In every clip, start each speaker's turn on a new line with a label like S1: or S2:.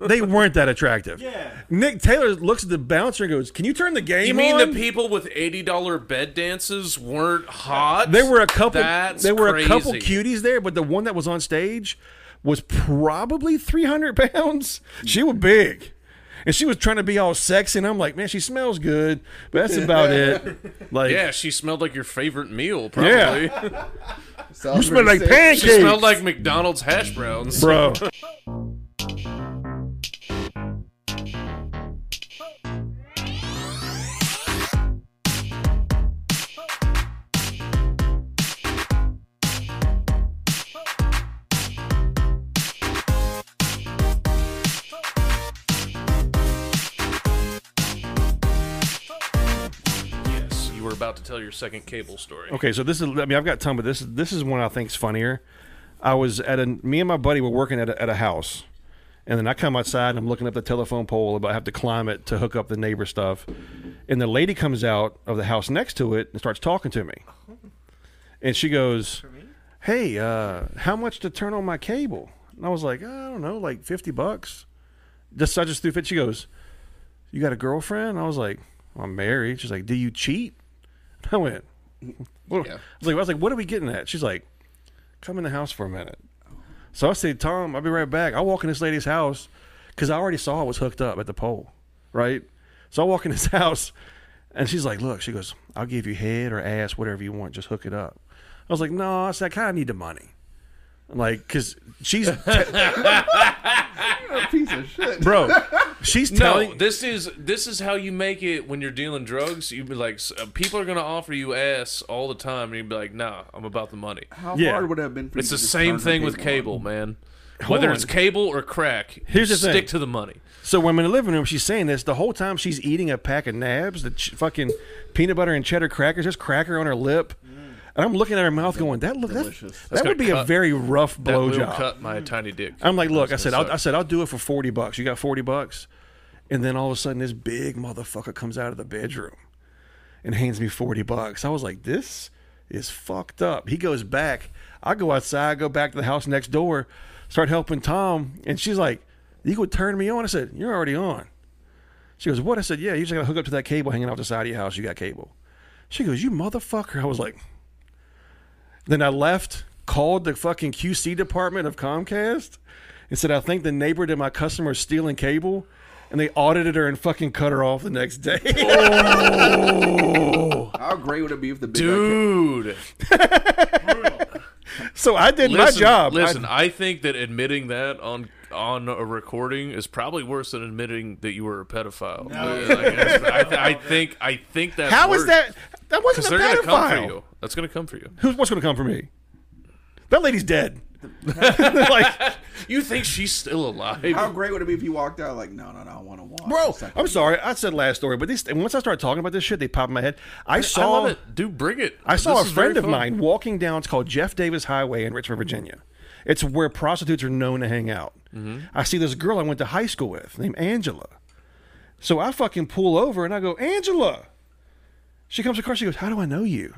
S1: they weren't that attractive.
S2: Yeah.
S1: Nick Taylor looks at the bouncer and goes, "Can you turn the game
S3: You mean
S1: on?"
S3: the people with eighty dollar bed dances weren't hot?
S1: There were a couple.
S3: That's
S1: there were a couple
S3: crazy.
S1: cuties there, but the one that was on stage was probably 300 pounds. She was big, and she was trying to be all sexy. And I'm like, man, she smells good, but that's about it. Like,
S3: Yeah, she smelled like your favorite meal, probably.
S1: Yeah.
S4: You
S1: smell like pancakes,
S3: She smelled like McDonald's hash browns.
S1: bro.
S3: Yes, you were about to tell your second cable story.
S1: Okay, so this is. I mean, I've got time, but this this is one I think's funnier. I was at a. Me and my buddy were working at a, at a house, and then I come outside and I'm looking up the telephone pole about I have to climb it to hook up the neighbor stuff, and the lady comes out of the house next to it and starts talking to me, and she goes, "Hey, uh, how much to turn on my cable?" And I was like, "I don't know, like fifty bucks." Just I just threw fit. She goes, "You got a girlfriend?" I was like, "I'm married." She's like, "Do you cheat?" I went. What- I was like, I was like, what are we getting at? She's like, come in the house for a minute. So I said, Tom, I'll be right back. I walk in this lady's house because I already saw I was hooked up at the pole, right? So I walk in this house, and she's like, look, she goes, I'll give you head or ass, whatever you want, just hook it up. I was like, no, I said, I kind of need the money. I'm like, because she's,
S4: piece of shit.
S1: bro, she's telling.
S3: No, this is this is how you make it when you're dealing drugs. You be like, s- uh, people are gonna offer you ass all the time, and you'd be like, Nah, I'm about the money.
S4: How
S1: Yeah.
S4: hard would it have been for you
S3: It's
S4: to
S3: the
S4: just
S3: same
S4: turn
S3: thing with cable,
S4: on?
S3: man. Whether
S1: on.
S3: it's cable or crack,
S1: Here's
S3: you
S1: the thing.
S3: stick to the money.
S1: So when I'm in the living room, she's saying this the whole time. She's eating a pack of nabs, the ch- fucking peanut butter and cheddar crackers. There's cracker on her lip, and I'm looking at her mouth, going, "That look that,
S4: Delicious.
S1: that would
S3: gonna
S1: be a
S3: cut-
S1: very rough
S3: That will
S1: blowjob."
S3: cut my tiny dick.
S1: I'm like, "Look," I said,
S3: gonna
S1: I'll, "I said I'll do it for forty bucks. You got forty bucks?" And then all of a sudden, this big motherfucker comes out of the bedroom and hands me forty bucks. I was like, "This is fucked up." He goes back. I go outside, go back to the house next door, start helping Tom, and she's like, "You could turn me on." I said, "You're already on." She goes, What? I said, Yeah, you just gotta hook up to that cable hanging off the side of your house. You got cable. She goes, You motherfucker. I was like, Then I left, called the fucking QC department of Comcast and said, I think the neighbor to my customer is stealing cable. And they audited her and fucking cut her off the next day.
S4: How great would it be if the big
S3: Dude,
S1: so I did my
S3: listen,
S1: job. I-
S3: Listen, I, think that admitting that on on a recording is probably worse than admitting that you were a pedophile. Like, I, I- I think I think that's
S1: How is
S3: worse.
S1: that? That
S3: Because
S1: wasn't a
S3: they're gonna come for
S1: pedophile.
S3: you. That's gonna come for you.
S1: Who's what's gonna come for me? That lady's dead. like,
S3: You think she's still
S4: How
S3: alive?
S4: great would it be if you walked out like, no, no, no, I want to watch.
S1: bro,
S4: It's like,
S1: I'm sorry. I said last story, but these, and once I started talking about this shit, they popped in my head. I
S3: I
S1: saw
S3: love it, dude. Bring it.
S1: I saw
S3: This
S1: a
S3: is very
S1: friend of
S3: fun.
S1: mine walking down. It's called Jeff Davis Highway in Richmond, Virginia. It's where prostitutes are known to hang out.
S3: Mm-hmm.
S1: I see this girl I went to high school with named Angela. So I fucking pull over and I go, Angela. She comes across. She goes, How do I know you,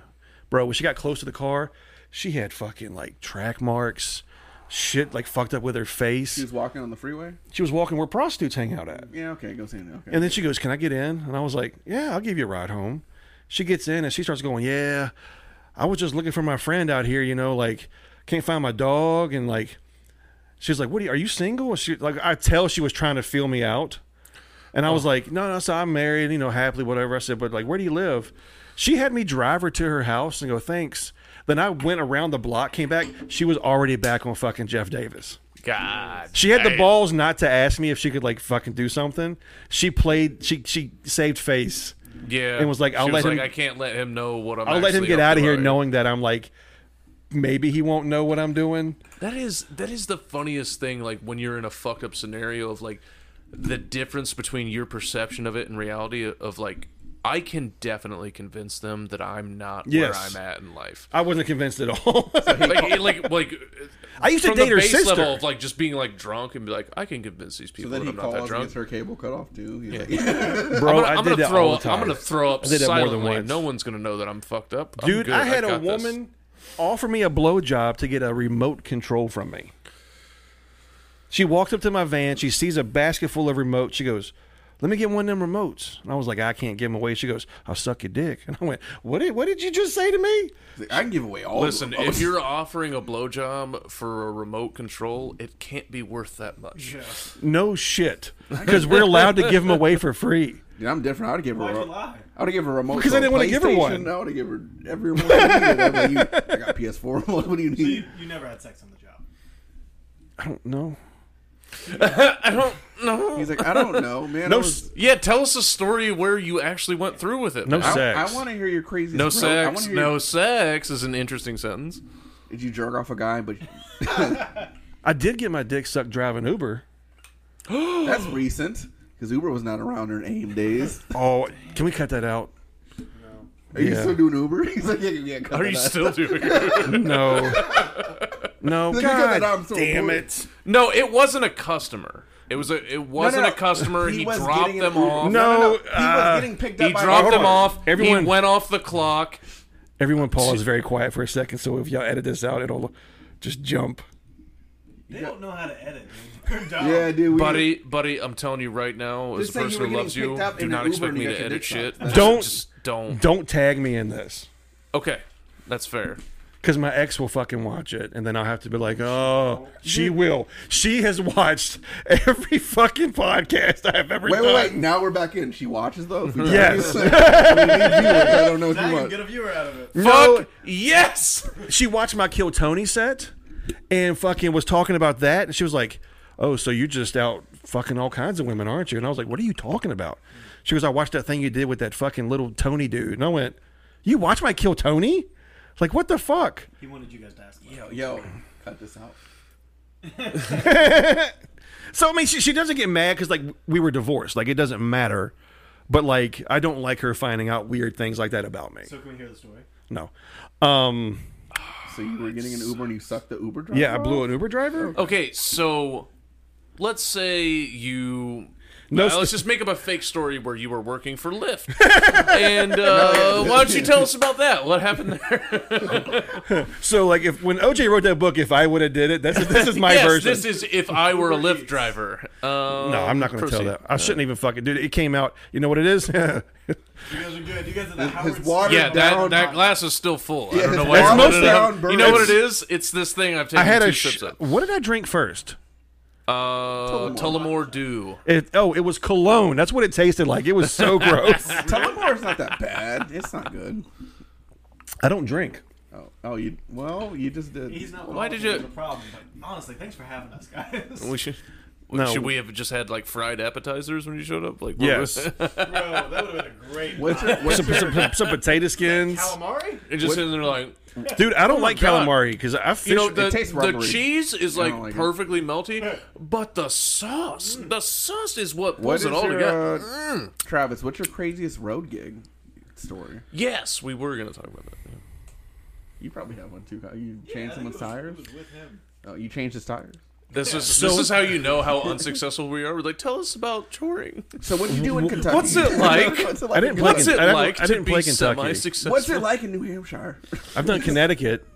S1: bro? When she got close to the car, she had fucking like track marks, shit like fucked up with her
S4: She
S1: face.
S4: was walking on the freeway.
S1: She was walking where prostitutes hang out at.
S4: Yeah, okay, go see him. Okay.
S1: And then she goes, "Can I get in?" And I was like, "Yeah, I'll give you a ride home." She gets in and she starts going, "Yeah, I was just looking for my friend out here, you know, like can't find my dog." And like, she's like, "What are you, are you single?" And She like, I tell she was trying to feel me out, and I was like, "No, no, so I'm married, you know, happily, whatever." I said, "But like, where do you live?" She had me drive her to her house and go, "Thanks." Then I went around the block, came back. She was already back on fucking Jeff Davis.
S3: God,
S1: She had the
S3: damn.
S1: balls not to ask me if she could like fucking do something. She played. She she saved face.
S3: Yeah,
S1: and was like,
S3: She
S1: "I'll let
S3: like,
S1: him-
S3: I can't let him know what I'm.
S1: I'll let him
S3: actually
S1: get
S3: up
S1: out of
S3: to
S1: here
S3: right
S1: knowing that I'm like, maybe he won't know what I'm doing.
S3: That is that is the funniest thing. Like when you're in a fucked up scenario of like the difference between your perception of it and reality of like I can definitely convince them that I'm not
S1: Yes.
S3: where I'm at in life.
S1: I wasn't convinced at all.
S3: Like like like
S1: I used to
S3: from the
S1: date her
S3: base
S1: sister.
S3: level of like just being like drunk and be like I can convince these
S4: so
S3: people
S4: then
S3: that I'm
S4: he
S3: not that
S4: calls and
S3: drunk.
S4: gets her cable cut off too. He's like,
S1: Bro,
S3: I'm gonna,
S1: I
S3: I'm
S1: did
S3: gonna
S1: that
S3: throw
S1: all the
S3: up. I'm
S1: time.
S3: gonna throw up
S1: I did that more than
S3: silently.
S1: once.
S3: No one's gonna know that I'm fucked up. I'm
S1: Dude,
S3: good.
S1: I had a
S3: got this.
S1: woman offer me a blowjob to get a remote control from me. She walks up to my van. She sees a basket full of remotes. She goes, "Let me get one of them remotes." And I was like, "I can't give them away." She goes, "I'll suck your dick." And I went, "What did What did you just say to me?"
S4: Like, I can give away all.
S3: Listen,
S4: of them.
S1: Oh.
S3: if you're offering a blowjob for a remote control, it can't be worth that much.
S1: No shit, because we're allowed to give them away for free.
S4: Dude, I'm different. I would give her.
S2: Why'd
S4: a-
S2: you lie?
S4: I would give her a remote
S1: Because I
S4: for a
S1: didn't wanna give her
S4: PlayStation.
S1: one.
S4: I would give her every remote. you need, whatever you- I got PS4. remote, what do you
S2: So you,
S4: need?
S2: you never had sex on the job.
S1: I don't know.
S3: I don't know.
S4: He's like, I don't know, man.
S1: No
S4: I was-
S1: s-
S3: Yeah, tell us a story where you actually went through with it.
S1: No
S3: man.
S1: sex.
S4: I, want to hear your crazy.
S3: No
S4: I wanna
S3: sex.
S4: hear
S3: No
S4: your-
S3: sex is an interesting sentence.
S4: Did you jerk off a guy? But
S1: I did get my dick sucked driving Uber.
S4: that's recent because Uber was not around during AIM days.
S1: Oh, can we cut that out?
S4: Are you
S1: Yeah.
S4: still doing Uber? He's like, yeah, yeah. cut
S3: Are
S4: that
S3: you
S4: out.
S3: still doing it?
S1: No, no.
S4: Look at that, I'm
S1: God
S4: so
S1: damn
S4: bored.
S1: it!
S3: No, it wasn't a customer. It was a. It wasn't
S4: no.
S3: a customer. He,
S4: was
S3: dropped
S4: getting an
S3: them
S4: Uber.
S3: off.
S1: No.
S4: He
S1: uh,
S4: was getting picked up.
S3: He
S4: by
S3: dropped
S4: Uber.
S3: them off.
S1: Everyone-
S3: He went off the clock.
S1: Everyone pause very quiet for a second. So if y'all edit this out, it'll just jump.
S2: They don't know how to edit. dude. They're dumb.
S4: Yeah, dude. we-
S3: Buddy, buddy, I'm telling you right now, as
S4: Just
S3: a
S4: say you
S3: person
S4: were
S3: who
S4: getting
S3: loves you,
S4: picked up
S3: do
S4: in an
S3: not
S4: Uber
S3: expect
S4: and
S3: me
S4: you
S3: to
S4: got your
S3: edit
S4: dick
S3: shit.
S4: sucked.
S3: Just-
S1: Don't-
S3: just don't.
S1: Don't tag me in this
S3: Okay, that's fair.
S1: because my ex will fucking watch it, and then I'll have to be like, "Oh, she will. She has watched every fucking podcast I've ever
S4: Wait,
S1: done."
S4: wait, wait. Now we're back in. She watches those.
S1: Yes.
S4: we need you. I don't know
S2: Now
S4: too
S2: you can
S4: much.
S2: get a viewer out of it.
S1: No.
S3: Fuck yes.
S1: She watched my Kill Tony set, and fucking was talking about that, and she was like, "Oh, so you just out fucking all kinds of women, aren't you?" And I was like, "What are you talking about?" She goes, "I watched that thing you did with that fucking little Tony dude," and I went, "You watch my Kill Tony?" Like, what the fuck?
S2: He wanted you guys to ask. about it.
S4: Yo, yo, cut this out.
S1: So I mean, she, she doesn't get mad because like we were divorced. Like it doesn't matter. But like I don't like her finding out weird things like that about me.
S2: So can we hear the story?
S1: No. Um.
S4: So you were getting an Uber and you sucked the Uber driver?
S1: Yeah, I blew an Uber driver.
S3: Okay, so let's say you.
S1: No,
S3: Uh,
S1: st-
S3: let's just make up a fake story where you were working for Lyft. and uh, why don't you tell us about that? What happened there?
S1: So like if when OJ wrote that book, if I would have did it, that's this is my
S3: yes,
S1: version.
S3: this is if I were a Lyft driver. Um,
S1: no, I'm not going to tell
S3: proceed.
S1: that. I shouldn't even fucking dude. It came out. You know what it is?
S2: You guys are good. You guys are the Howard.
S4: his water
S2: Stern
S3: Yeah,
S2: of
S3: that,
S4: Down.
S3: that glass is still full. I
S4: Yeah,
S3: don't know why.
S4: it's
S1: down
S3: you put it
S1: down
S3: up.
S4: burn.
S3: you know what it
S4: It's-
S3: is? It's this thing I've taken
S1: I had
S3: two
S1: a.
S3: sips
S1: Sh-
S3: of.
S1: what did I drink first?
S3: Uh, Tullamore Dew.
S1: It, oh, it was cologne. That's what it tasted like. It was so gross.
S4: Telemore's not that bad. It's not good.
S1: I don't drink.
S4: Oh, oh, you. Well, you just did.
S2: He's not.
S3: Why did you-
S2: The problem. But honestly, thanks for having us, guys.
S3: We should.
S1: No.
S3: Should we have just had like fried appetizers when you showed up? Like what was-
S1: Yes.
S2: Bro, that would have been a great.
S4: What's your, what's
S1: some, some, some, some potato skins,
S2: calamari?
S3: It just in there like
S1: dude. I don't like
S3: God.
S1: calamari because I fish.
S3: you know the,
S4: tastes
S3: the
S4: rubbery.
S3: cheese is
S4: I
S3: like,
S4: don't like it.
S3: perfectly melty, but the sauce the sauce is what
S4: what
S3: pulls
S4: is
S3: it all
S4: your,
S3: together.
S4: uh,
S1: Mm.
S4: Travis? What's your craziest road gig story?
S3: Yes, we were gonna talk about that.
S4: You probably have one too. Kyle. You changed
S2: I think it
S4: someone's
S2: was-
S4: tires.
S2: it was with him.
S4: Oh, you changed his tires.
S3: This is
S1: So-
S3: this is how you know how unsuccessful we are. We're like, tell us about touring.
S4: So what did you do in Kentucky?
S3: What's it like?
S4: what's it like?
S1: I didn't
S4: in
S1: play.
S4: Kentucky?
S3: What's it
S1: I didn't-
S3: like
S1: I didn't
S3: to
S1: play
S3: be
S1: Kentucky.
S3: semi-successful?
S4: What's it like in New Hampshire?
S1: I've done Connecticut.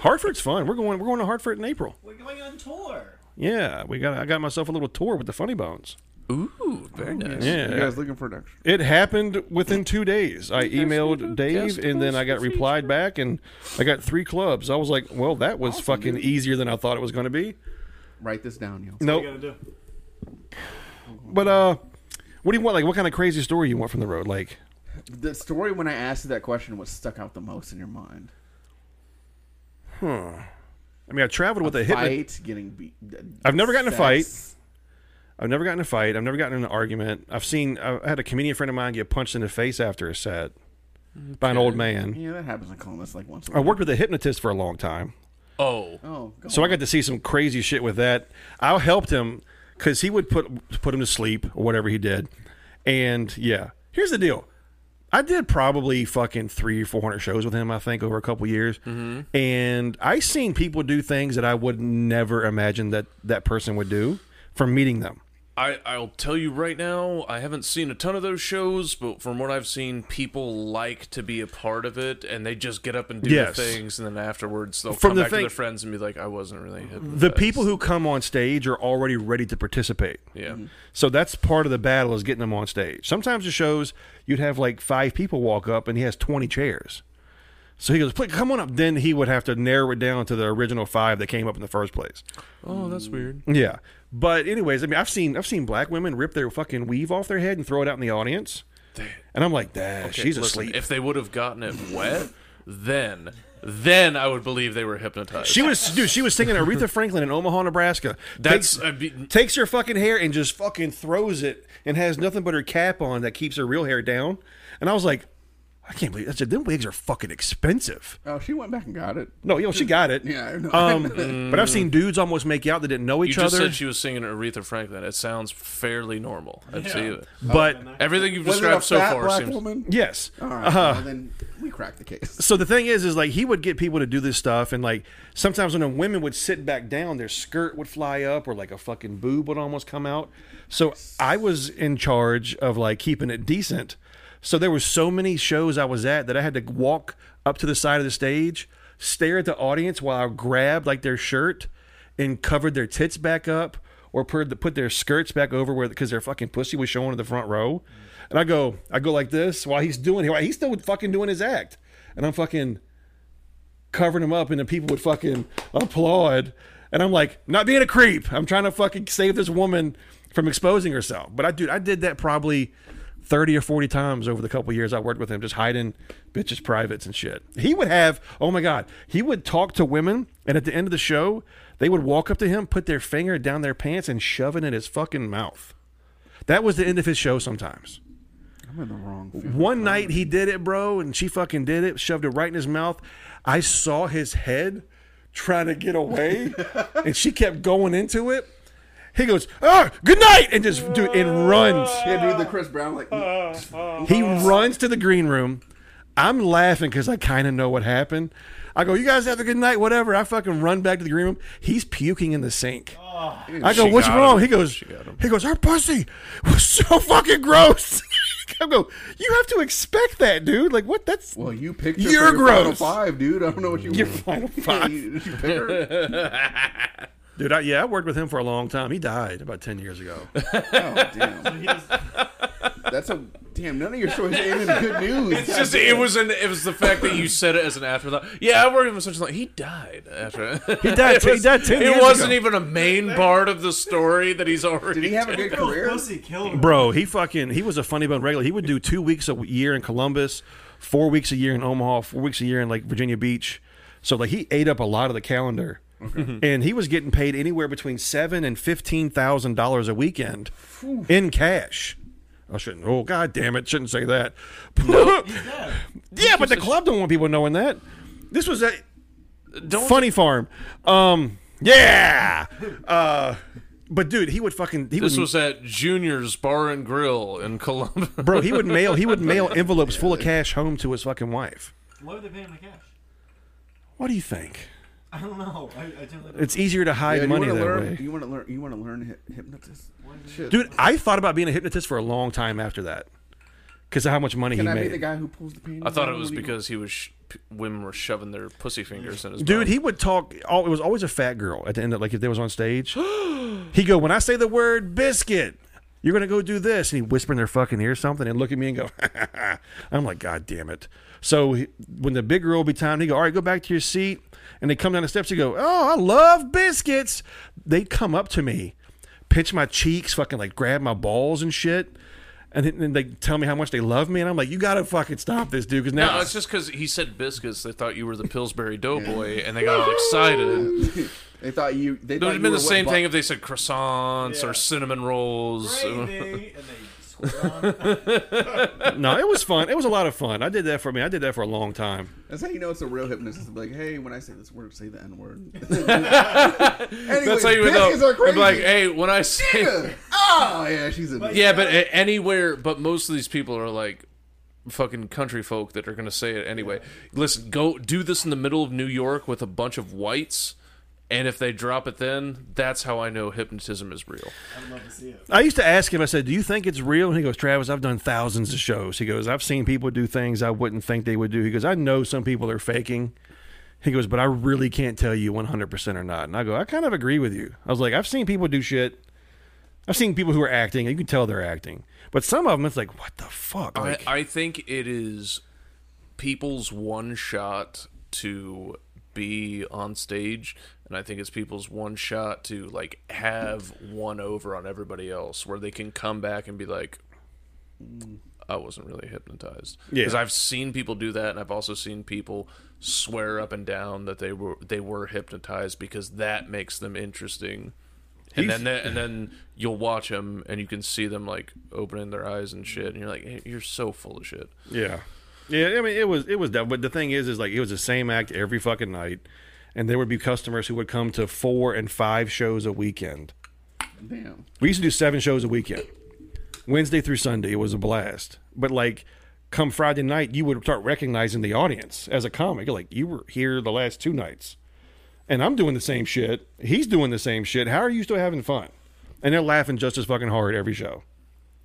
S1: Hartford's fun. We're going. We're going to Hartford in April.
S2: We're going on tour.
S1: Yeah, we got. I got myself a little tour with the Funny Bones.
S3: Ooh, very nice.
S1: Yeah,
S4: You guys looking for an extra?
S1: it happened within two days. I emailed Dave,
S3: guest
S1: and then I got
S3: host for
S1: replied back, and I got three clubs. I was like, "Well, that was fucking easier than I thought it was going to be."
S4: Write this down, y'all.
S2: What are you
S1: Nope.
S2: gonna do?
S1: But uh, what do you want? Like, what kind of crazy story you want from the road? Like,
S4: The story when I asked you that question, what stuck out the most in your mind?
S1: I mean, I traveled with a, hit.
S4: Fight, getting beat.
S1: I've never gotten in a
S4: sex.
S1: I've never gotten in a fight. I've never gotten in an argument. I've seen. I had a comedian friend of mine get punched in the face after a set by an old man.
S4: Yeah, that happens in Columbus like once. a
S1: I
S4: week.
S1: worked with a hypnotist for a long time,
S3: Oh,
S4: Oh, go
S1: so I got to see some crazy shit with that. I helped him because he would put put him to sleep or whatever he did. And yeah, here's the deal. I did probably fucking three or four hundred shows with him. I think over a couple years, and I seen people do things that I would never imagine that that person would do from meeting them.
S3: I, I'll tell you right now, I haven't seen a ton of those shows, but from what I've seen, people like to be a part of it, and they just get up and do
S1: Yes.
S3: the things, and then afterwards they'll
S1: From
S3: come
S1: the
S3: back
S1: thing- Mm-hmm.
S3: to their friends and be like, "I wasn't really hit."
S1: The people who come on stage are already ready to participate.
S3: yeah,
S1: So that's part of the battle is getting them on stage. Sometimes the shows you'd have like five people walk up and he has twenty chairs. So he goes, "Please come on up." Then he would have to narrow it down to the original five that came up in the first place.
S3: oh, that's weird.
S1: Yeah, but anyways, I mean, I've seen I've seen black women rip their fucking weave off their head and throw it out in the audience, and I'm like, "Dad, she's
S3: Listen,
S1: asleep."
S3: If they would have gotten it wet, then then I would believe they were hypnotized.
S1: She was dude. She was singing Aretha Franklin in Omaha, Nebraska.
S3: That's-
S1: takes,
S3: I mean-
S1: takes her fucking hair and just fucking throws it, and has nothing but her cap on that keeps her real hair down. And I was like, I can't believe. I said, them wigs are fucking expensive.
S4: Oh, she went back and got it.
S1: No, yo, she got it.
S4: Yeah, I know.
S1: Um, but I've seen dudes almost make out that didn't know
S3: you
S1: each
S3: just
S1: other.
S3: said she was singing Aretha Franklin. It sounds fairly normal. I'd say
S2: Yeah.
S3: it.
S1: but
S3: Everything you've
S4: Was it a
S3: described so
S4: fat
S3: far
S4: black
S3: seems.
S4: woman?
S1: yes,
S4: All right,
S3: Uh-huh.
S4: well, then we cracked the case.
S1: so the thing is is like he would get people to do this stuff and like sometimes when the women would sit back down their skirt would fly up or like a fucking boob would almost come out so i was in charge of like keeping it decent so there were so many shows i was at that i had to walk up to the side of the stage stare at the audience while i grabbed like their shirt and covered their tits back up or put, put their skirts back over where because their fucking pussy was showing in the front row and i go i go like this while he's doing it he's still fucking doing his act and I'm fucking covering him up, and the people would fucking applaud. And I'm like, not being a creep. I'm trying to fucking save this woman from exposing herself. But I, dude, I did that probably 30 or 40 times over the couple years I worked with him, just hiding bitches' privates and shit. He would have, oh my God, he would talk to women, and at the end of the show, they would walk up to him, put their finger down their pants, and shove it in his fucking mouth. That was the end of his show sometimes.
S4: I'm in the wrong field.
S1: One night he did it, bro, and she fucking did it, shoved it right in his mouth. I saw his head trying to get away, and she kept going into it. He goes, "Oh, good night," and just do and runs.
S4: Yeah, dude, the Chris Brown like
S3: Uh,
S1: He runs to the green room. I'm laughing because I kind of know what happened. I go, "You guys have a good night, whatever." I fucking run back to the green room. He's puking in the sink. I go,
S3: Oh. She
S1: "What's
S3: got
S1: wrong?"
S3: him.
S1: He goes,
S3: She got him.
S1: "He goes, her pussy was so fucking gross." I go, "You have to expect that, dude. Like, what? That's
S4: Well, you picked her for
S1: You're
S4: your final
S1: gross.
S4: five, dude. I don't know what you.
S1: Your final five.
S4: you, you picked her.
S1: Dude, I, yeah, I worked with him for a long time. He died about ten years ago.
S4: Oh damn,
S2: He just-
S4: that's a damn. None of your stories end in good news.
S3: It's just it was an it was the fact that you said it as an afterthought. Yeah, I worked with him such a long. He died after. He
S1: died ten- he died ten years
S3: It wasn't
S1: ago.
S3: even a main part of the story that he's already.
S4: Did he have a
S3: dead.
S4: good
S2: Bill's
S4: career?
S2: pussy killed him.
S1: Bro, he fucking he was a funny bone regular. He would do two weeks a year in Columbus, four weeks a year in Omaha, four weeks a year in like Virginia Beach. So like he ate up a lot of the calendar. And he was getting paid anywhere between seven and fifteen thousand dollars a weekend in cash. I shouldn't. Oh god damn it! Shouldn't say that.
S2: Yeah.
S1: yeah, but the club don't want people knowing that. This was a
S3: Don't
S1: funny farm. Um, yeah. Uh, but dude, he would fucking he
S3: This
S1: would
S3: was at Junior's Bar and Grill in Columbus.
S1: bro. He would mail he would mail envelopes full of cash home to his fucking wife.
S2: Why would they pay him in cash?
S1: What do you think?
S2: I don't know. I, I don't know.
S1: It's easier to hide
S4: Yeah, you want
S1: money
S4: to
S1: that
S4: learn?
S1: way,
S4: You want to learn? You want to learn hy- hypnotist? Shit.
S1: dude. I thought about being a hypnotist for a long time after that because of how much money
S4: can
S1: he
S4: I be
S1: made.
S4: the guy who pulls the pants?
S3: I thought it
S4: down
S3: was
S4: when he-
S3: because he was sh- p- women were shoving their pussy fingers in his
S1: Dude,
S3: mouth.
S1: he would talk. All, it was always a fat girl at the end. of Like if they was on stage, he go when I say the word biscuit, you're gonna go do this, and he whisper in their fucking ear something, and look at me and go. I'm like, God damn it! So he- when the big girl would be timed, he go, all right, go back to your seat, and they come down the steps. He go, oh, I love biscuits. They come up to me, pinch my cheeks, fucking like grab my balls and shit. And then then they tell me how much they love me, and I'm like, "You gotta fucking stop this, dude!" Because now
S3: No, it's just because he said biscuits. They thought you were the Pillsbury Doughboy, and they got all excited.
S4: they thought you. They
S3: It would
S4: thought
S3: have
S4: you
S3: been
S4: were
S3: the same
S4: what,
S3: thing if they said croissants or cinnamon rolls.
S2: Gravy, and they squirt on.
S1: no, it was fun. It was a lot of fun. I did that for me. I did that for a long time.
S4: That's how you know it's a real hypnotist. It's like, hey, when I say this word, say the N word. That's
S3: That's how you would know.
S4: Are
S3: They'd
S4: crazy.
S3: be like, hey, when I say
S4: Yeah. Oh yeah, she's a.
S3: Yeah, but a- anywhere, but most of these people are like fucking country folk that are going to say it anyway. Listen, go do this in the middle of New York with a bunch of whites. And if they drop it then, that's how I know hypnotism is real.
S2: I'd love to see it.
S1: I used to ask him, I said, Do you think it's real? And he goes, Travis, I've done thousands of shows. He goes, I've seen people do things I wouldn't think they would do. He goes, I know some people are faking. He goes, But I really can't tell you 100% or not. And I go, I kind of agree with you. I was like, I've seen people do shit. I've seen people who are acting. and You can tell they're acting. But some of them, it's like, What the fuck? Like,
S3: I, I think it is people's one shot to be on stage and i think it's people's one shot to like have one over on everybody else where they can come back and be like i wasn't really hypnotized
S1: Yeah.
S3: because i've seen people do that and i've also seen people swear up and down that they were they were hypnotized because that makes them interesting and
S1: He's-
S3: then, and then you'll watch them and you can see them like opening their eyes and shit and you're like hey, you're so full of shit
S1: Yeah, yeah. I mean, it was it was that. But the thing is, is like it was the same act every fucking night, and there would be customers who would come to four and five shows a weekend.
S4: Damn.
S1: We used to do seven shows a weekend, Wednesday through Sunday. It was a blast. But like, come Friday night, you would start recognizing the audience as a comic. You're like, you were here the last two nights, and I'm doing the same shit. He's doing the same shit. How are you still having fun? And they're laughing just as fucking hard every show.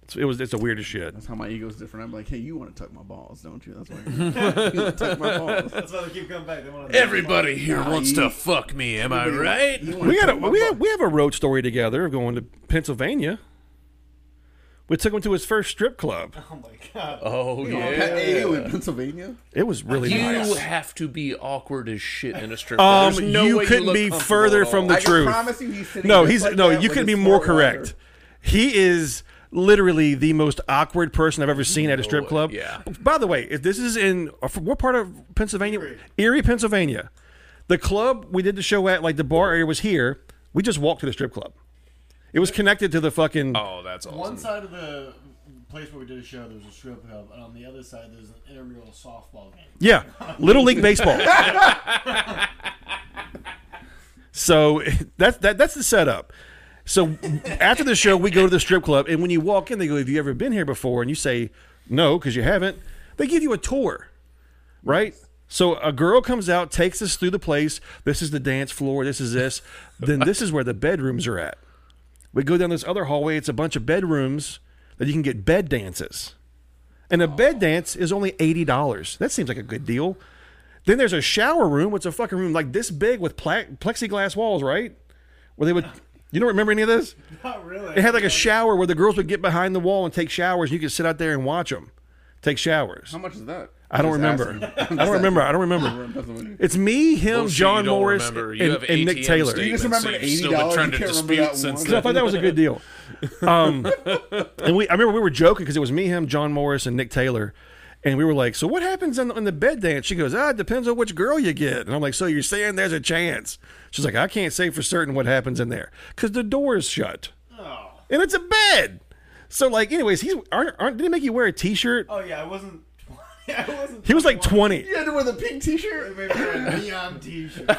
S1: It's, it was it's the weirdest shit.
S4: That's how my ego's different. I'm like, hey, you want to tuck my balls, don't you? That's why you're you wanna tuck my balls.
S2: That's why they keep coming back. They want to
S3: Everybody here wants
S4: you-
S3: to fuck me, am I right?
S4: You wanna
S1: We got a
S4: tuck my
S1: we
S4: balls.
S1: have, we have a road story together of going to Pennsylvania. We took him to his first strip club.
S2: Oh my god.
S3: Oh
S4: You know, Pat Ayo in Pennsylvania.
S1: It was really
S3: You
S1: nice.
S3: have to be awkward as shit in a strip
S1: Um,
S3: club. There's no
S1: you
S3: way
S1: couldn't
S3: look
S1: be
S3: comfortable
S1: further
S3: at all.
S1: from the
S4: I
S1: truth.
S4: can promise you, he's sitting.
S1: No,
S4: just
S1: he's
S4: like
S1: no.
S4: that
S1: You
S4: with
S1: couldn't be
S4: his
S1: more
S4: forearm.
S1: correct. He is literally the most awkward person I've ever seen at a strip club.
S3: yeah.
S1: By the way, if this is in what part of Pennsylvania? Erie. Pennsylvania. The club we did the show at, like the bar area, was here. We just walked to the strip club. It was connected to the fucking.
S3: Oh, that's awesome.
S2: One side of the place where we did a show, there's a strip club, and on the other side, there's an intramural softball game.
S1: Yeah, Little League baseball. so that's that, that's the setup. So after the show, we go to the strip club, and when you walk in, they go, "Have you ever been here before?" And you say, "No," because you haven't. They give you a tour, right? So a girl comes out, takes us through the place. This is the dance floor. This is this. Then this is where the bedrooms are at. We go down this other hallway. It's a bunch of bedrooms that you can get bed dances. And a bed dance is only $80. That seems like a good deal. Then there's a shower room. It's a fucking room like this big with pla- plexiglass walls, right? Where they would. You don't remember any of this?
S2: Not really.
S1: It had like a shower where the girls would get behind the wall and take showers, and you could sit out there and watch them take showers.
S4: How much is that?
S1: I don't
S4: Just
S1: remember.
S4: asking.
S1: I don't remember. I don't remember.
S4: Pennsylvania.
S1: It's me, him,
S3: Well, so
S1: John
S3: you don't
S1: Morris, and,
S3: remember. You have
S1: and Nick
S3: ATM
S1: Taylor.
S3: statements,
S4: You just
S3: so
S4: remember
S3: you've still
S4: $80,
S3: been trying
S4: you
S3: to
S4: can't remember that
S3: dispute since
S4: one.
S1: So I
S3: then.
S1: thought that was a good deal. Um, and we, I remember we were joking because it was me, him, John Morris, and Nick Taylor, and we were like, "So what happens in, in the bed dance?" She goes, "Ah, it depends on which girl you get." And I'm like, "So you're saying there's a chance?" She's like, "I can't say for certain what happens in there because the door is shut
S2: Oh.
S1: and it's a bed." So like, anyways, he's aren't, aren't did he make you wear a t-shirt?
S2: Oh yeah, I wasn't. I wasn't.
S1: He was like 20.
S4: You had to wear the pink T-shirt.
S2: Maybe a neon T-shirt. it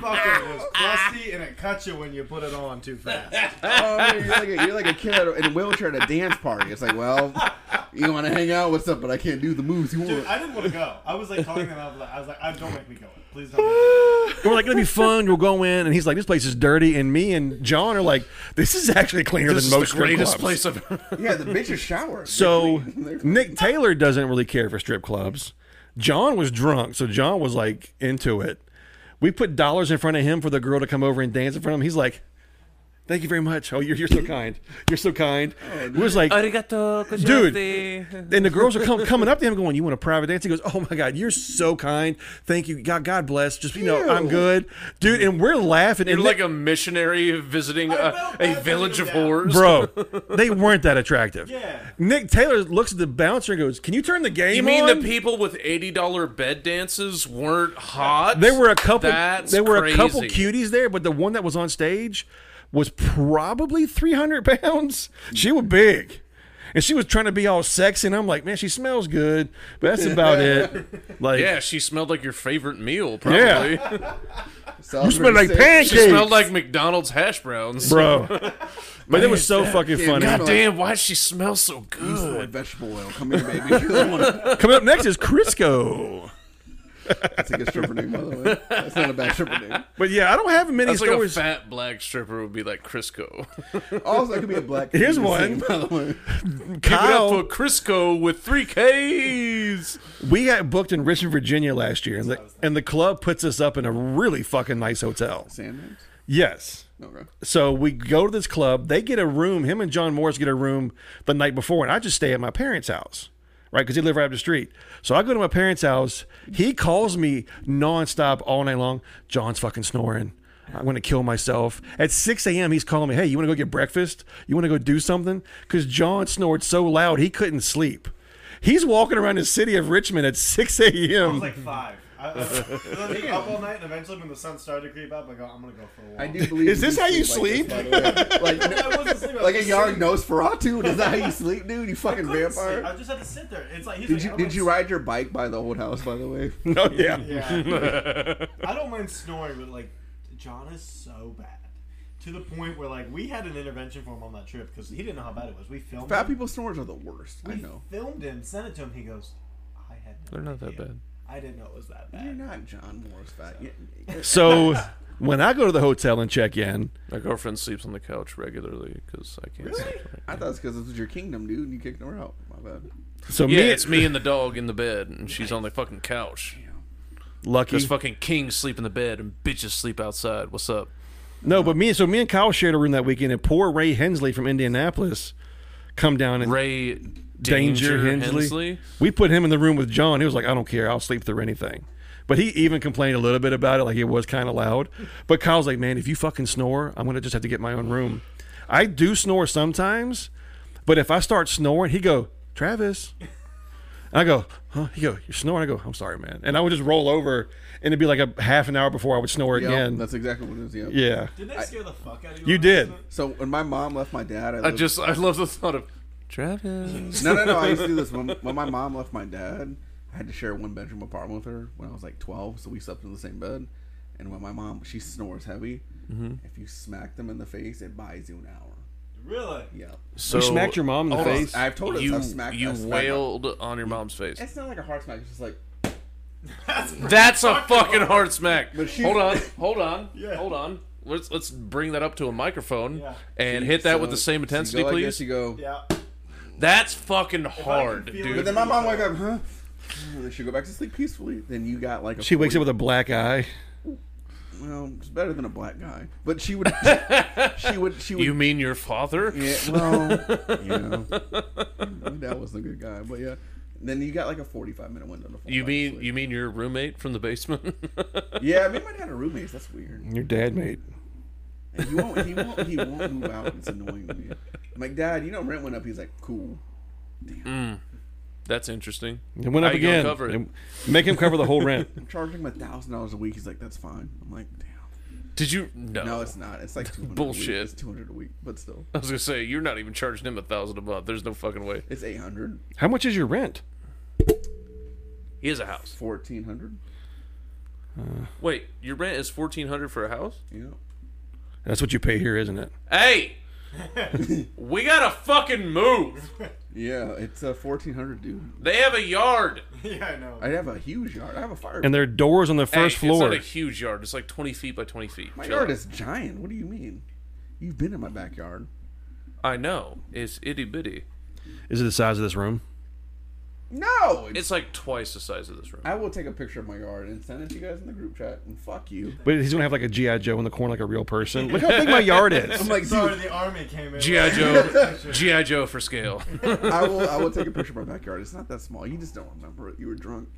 S2: fucking was crusty and it cut you when you put it on too fast.
S4: Oh, you're like a, you're like a kid at a- in a wheelchair at a dance party. It's like, well, you want to hang out? What's up? But I can't do the moves you
S2: Dude,
S4: want.
S2: I didn't want to go. I was like talking them out. loud. I was like, I don't make me go. in. Please don't. Make me
S1: And we're like, it'll be fun. We'll go in. And he's like, this place is dirty. And me and John are like, this is actually cleaner
S3: this is
S1: than
S3: the
S1: most strip
S3: greatest
S1: clubs."
S3: place I've ever.
S4: Yeah, the bitches shower.
S1: So
S4: They're-
S1: Nick Taylor doesn't really care for strip clubs. John was drunk, so John was like into it. We put dollars in front of him for the girl to come over and dance in front of him. He's like, "Thank you very much. Oh, you're you're so kind. You're so kind." It was like,
S3: Arigato,
S1: dude. And the girls are com- coming up to him, going, "You want a private dance?" He goes, "Oh my God, you're so kind. Thank you. God, God bless. Just you know, I'm
S4: Ew.
S1: good, dude." And we're laughing.
S3: You're
S1: and
S3: like
S1: Nick-
S3: a missionary visiting uh, a,
S2: felt
S3: a
S2: bad
S3: village of
S2: sitting down.
S3: whores.
S1: Bro, they weren't that attractive.
S2: Yeah.
S1: Nick Taylor looks at the bouncer and goes, "Can you turn the game
S3: You mean
S1: on?"
S3: the people with eighty dollar bed dances weren't hot?
S1: There were a couple.
S3: That's
S1: there were a couple
S3: crazy.
S1: cuties there, but the one that was on stage was probably 300 pounds. She was big, and she was trying to be all sexy. And I'm like, man, she smells good, but that's about it. Like,
S3: Yeah, she smelled like your favorite meal. Probably.
S1: Yeah.
S4: Salisbury
S1: smell like
S4: steak.
S1: pancakes,
S3: She smelled like McDonald's hash browns.
S1: bro. But it was so fucking
S4: Yeah,
S1: funny.
S4: God
S3: Damn, why'd she smell so
S4: You smell
S3: good?
S4: like vegetable oil. Come here, baby. You don't wanna-
S1: Coming up next is Crisco.
S4: That's a good stripper name, by the way. That's not a bad stripper name.
S1: But yeah, I don't have many
S3: That's like a
S1: stories.
S3: fat black stripper would be like Crisco. Give
S4: Also, it could be a black.
S1: Here's
S4: comedian
S1: one.
S4: singing, by the way.
S3: it up
S1: Kyle,
S3: for Crisco with three Ks.
S1: we got booked in Richmond, Virginia last year, and the, and the club puts us up in a really fucking nice hotel.
S4: Sandman's.
S1: Yes.
S4: Okay.
S1: So we go to this club. They get a room. Him and John Morris get a room the night before, and I just stay at my parents' house, right? Because he lived right up the street. So I go to my parents' house. He calls me nonstop all night long. John's fucking snoring. I'm gonna kill myself. At 6 a.m., he's calling me. Hey, you wanna go get breakfast? You wanna go do something? Because John snored so loud he couldn't sleep. He's walking around the city of Richmond at 6
S2: I was
S1: a.m.
S2: like five. I, I was up all night, and eventually, when the sun started to creep up, I go, I'm gonna go for a walk.
S4: I do believe.
S1: Is this how you sleep?
S4: Like, this, by the way. like,
S2: I wasn't sleeping. I
S4: like a
S2: was
S4: yard
S2: sitting-
S4: Nosferatu. Is that how you sleep, dude? You
S2: I
S4: fucking
S2: couldn't sleep. I
S4: vampire.
S2: just had to sit there. It's like he's
S4: Did
S2: like,
S4: you
S2: I
S4: did
S2: don't
S4: you
S2: mind-
S4: ride your bike by the old house? By the way,
S3: Oh,
S1: No, yeah.
S2: Yeah. I don't mind snoring, but like John is so bad to the point where like we had an intervention for him on that trip because he didn't know how bad it was. We filmed.
S4: fat
S2: him.
S4: people snores are the worst. I
S2: We
S4: know.
S2: filmed him, sent it to him. He goes, I had. No
S3: They're not that
S2: idea.
S3: bad.
S2: I didn't know it was that
S4: You're
S2: bad.
S4: not John Morris fat. You-
S1: So when I go to the hotel and check in,
S3: My girlfriend sleeps on the couch regularly because I can't sleep. Right.
S4: I thought it's because this was your kingdom, dude, and you kicked her out. My bad.
S1: so
S3: Yeah,
S1: me,
S3: it's me and the dog in the bed, and she's on the fucking couch.
S1: Lucky.
S3: Because fucking kings sleep in the bed and bitches sleep outside. What's up?
S1: No, but me. So me and Kyle shared a room that weekend, and poor Ray Hensley from Indianapolis come down and
S3: Ray
S1: danger,
S3: Danger,
S1: Hensley.
S3: Hensley.
S1: We put him in the room with John. He was like, "I don't care. I'll sleep through anything." But he even complained a little bit about it, like it was kind of loud. But Kyle's like, "Man, if you fucking snore, I'm gonna just have to get my own room." I do snore sometimes, but if I start snoring, he go, "Travis." And I go, huh? He go, you're snoring. I go, I'm sorry, man. And I would just roll over, and it'd be like a half an hour before I would snore
S4: Yeah,
S1: again.
S4: that's exactly what it is. Yeah.
S1: yeah.
S2: Did they scare the fuck out of you?
S1: You
S2: on
S1: did.
S2: accident?
S4: So when my mom left my dad, I,
S3: I
S4: lived-
S3: just I love the thought of Travis.
S4: no no no. I used to do this when, when my mom left my dad. I had to share a one bedroom apartment with her when I was like 12, so we slept in the same bed. And when my mom, she snores heavy.
S3: Mm-hmm.
S4: If you smack them in the face, it buys you an hour.
S2: Really?
S4: Yeah.
S3: So
S1: smacked your mom in the
S3: Hold on.
S1: face?
S4: I've told her this,
S3: you
S4: I've smacked-
S3: you
S4: I've smacked my-
S3: wailed on your mom's face.
S4: It's not like a hard smack. It's just like
S3: That's a fucking hard smack.
S4: But she-
S3: hold on, hold on,
S2: Yeah.
S3: hold on. Let's let's bring that up to a microphone
S2: Yeah.
S3: and hit that
S4: so
S3: with the same
S4: you go
S3: intensity,
S4: like
S3: please.
S4: this, you go.
S2: Yeah.
S3: That's fucking hard,
S2: feel it-
S3: dude.
S4: But then my mom wake up, huh? And then she go back to sleep peacefully. Then you got like a
S1: She wakes up
S4: 40
S1: with a black eye.
S4: Well, it's better than a black guy. But she would, she would, she would.
S3: You mean your father?
S4: yeah, well, you know, my dad wasn't a good guy, but yeah. Then you got like a forty-five minute window. To fall
S3: You
S4: back
S3: mean
S4: asleep.
S3: you mean your roommate from the basement?
S4: Yeah, me and my dad are roommates. That's weird.
S1: Your dad made.
S4: And he won't, he won't, he won't move out. It's annoying to me. I'm like, Dad, you know, rent went up. He's like, cool.
S3: That's interesting.
S1: It went
S3: How
S1: up
S3: you gonna
S1: again.
S3: cover it?
S1: And Make him cover the whole rent.
S4: I'm charging him a thousand dollars a week. He's like, that's fine. I'm like, damn.
S3: Did you no?
S4: No, it's not. It's like 200 A
S3: Bullshit.
S4: week. It's two hundred a week, but still,
S3: I was gonna say you're not even charging him a thousand a month. There's no fucking way.
S4: it's eight hundred.
S1: How much is your rent?
S3: He has a house.
S4: Fourteen hundred.
S3: Wait, your rent is fourteen hundred for a house?
S4: Yeah.
S1: That's what you pay here, isn't it?
S3: Hey, we gotta fucking move.
S4: Yeah, it's a fourteen hundred, dude.
S3: They have a yard.
S2: Yeah, I know.
S4: I have a huge yard. I have a fire.
S1: And there are doors on the
S3: Hey,
S1: first floor.
S3: It's not a huge yard. It's like twenty feet by twenty feet.
S4: my
S3: Chill
S4: yard
S3: out.
S4: is giant. What do you mean? You've been in my backyard.
S3: I know. It's itty bitty.
S1: Is it the size of this room?
S4: No, it's,
S3: It's like twice the size of this room.
S4: I will take a picture of my yard and send it to you guys in the group chat. And fuck you.
S1: But he's gonna have like a GI Joe in the corner, like a real person. Look how big my yard
S4: I'm
S1: is.
S4: like,
S2: Sorry,
S4: dude,
S2: the army came in.
S3: GI Joe. GI Joe for scale.
S4: I will. I will take a picture of my backyard. It's not that small. You just don't remember it. You were drunk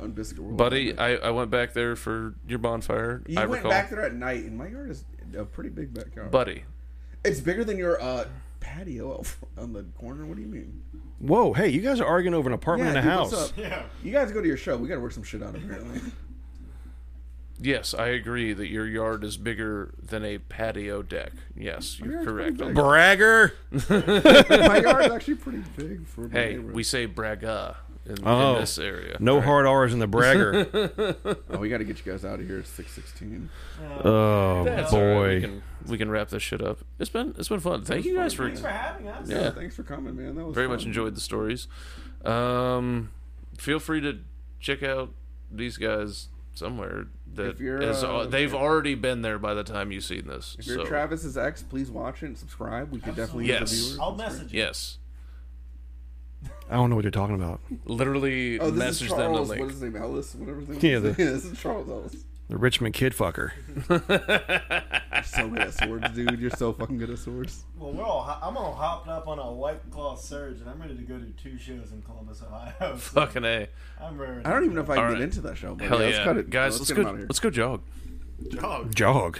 S4: on biscuit world.
S3: Buddy, I, I went back there for your bonfire.
S4: you
S3: I
S4: went
S3: recall.
S4: back there at night, and my yard is a pretty big backyard.
S3: Buddy,
S4: it's bigger than your uh, patio out front on the corner. What do you mean?
S1: Whoa, hey, you guys are arguing over an apartment
S4: Yeah,
S1: and a
S4: dude, what's
S1: house.
S4: up?
S2: Yeah.
S4: You guys go to your show. We got to work some shit out apparently.
S3: yes, I agree that your yard is bigger than a patio deck. Yes, you're
S4: yard's
S3: correct.
S4: pretty big.
S1: Bragger.
S4: my yard's actually pretty big for. my
S3: Hey,
S4: neighborhood.
S3: we say bragga in,
S1: Oh.
S3: in this area.
S1: No hard R's in the bragger.
S4: Oh, we got to get you guys out of here at 616.
S1: oh
S3: That's all right. We,
S1: boy.
S3: can, we can wrap this shit up. It's been it's been fun. Thank you guys for
S2: Thanks for having us.
S4: Yeah, thanks for coming, man. That was
S3: very
S4: fun.
S3: much enjoyed the stories. Um, feel free to check out these guys somewhere that
S4: If you're,
S3: is-
S4: uh,
S3: they've already been there by the time you've seen this.
S4: If
S3: so
S4: you're Travis's ex, please watch it and subscribe. We could definitely use
S3: Yes.
S4: the viewers.
S2: I'll
S4: That's great.
S2: message you.
S3: yes,
S1: I don't know what you're talking about.
S3: literally
S4: Oh, this
S3: message
S4: is
S3: them a
S4: Charles. What
S3: link.
S4: is his name? Ellis? Whatever his name
S1: Yeah,
S4: is.
S1: the-
S4: this is Charles Ellis.
S1: The Richmond kid fucker.
S4: You're so good at swords, dude. You're so fucking good at swords.
S2: Well, we're all. ho- I'm all hopped up on a white claw surge, and I'm ready to go do two shows in Columbus, Ohio. so
S3: Fucking a
S2: I'm raring.
S4: I don't even know if I can
S3: All
S4: get
S3: right.
S4: into that show. But
S3: hell yeah,
S4: let's cut it.
S3: guys!
S4: Let's,
S3: Let's,
S4: get him out
S3: go.
S4: of here.
S3: Let's go jog.
S2: Dog.
S1: Jog.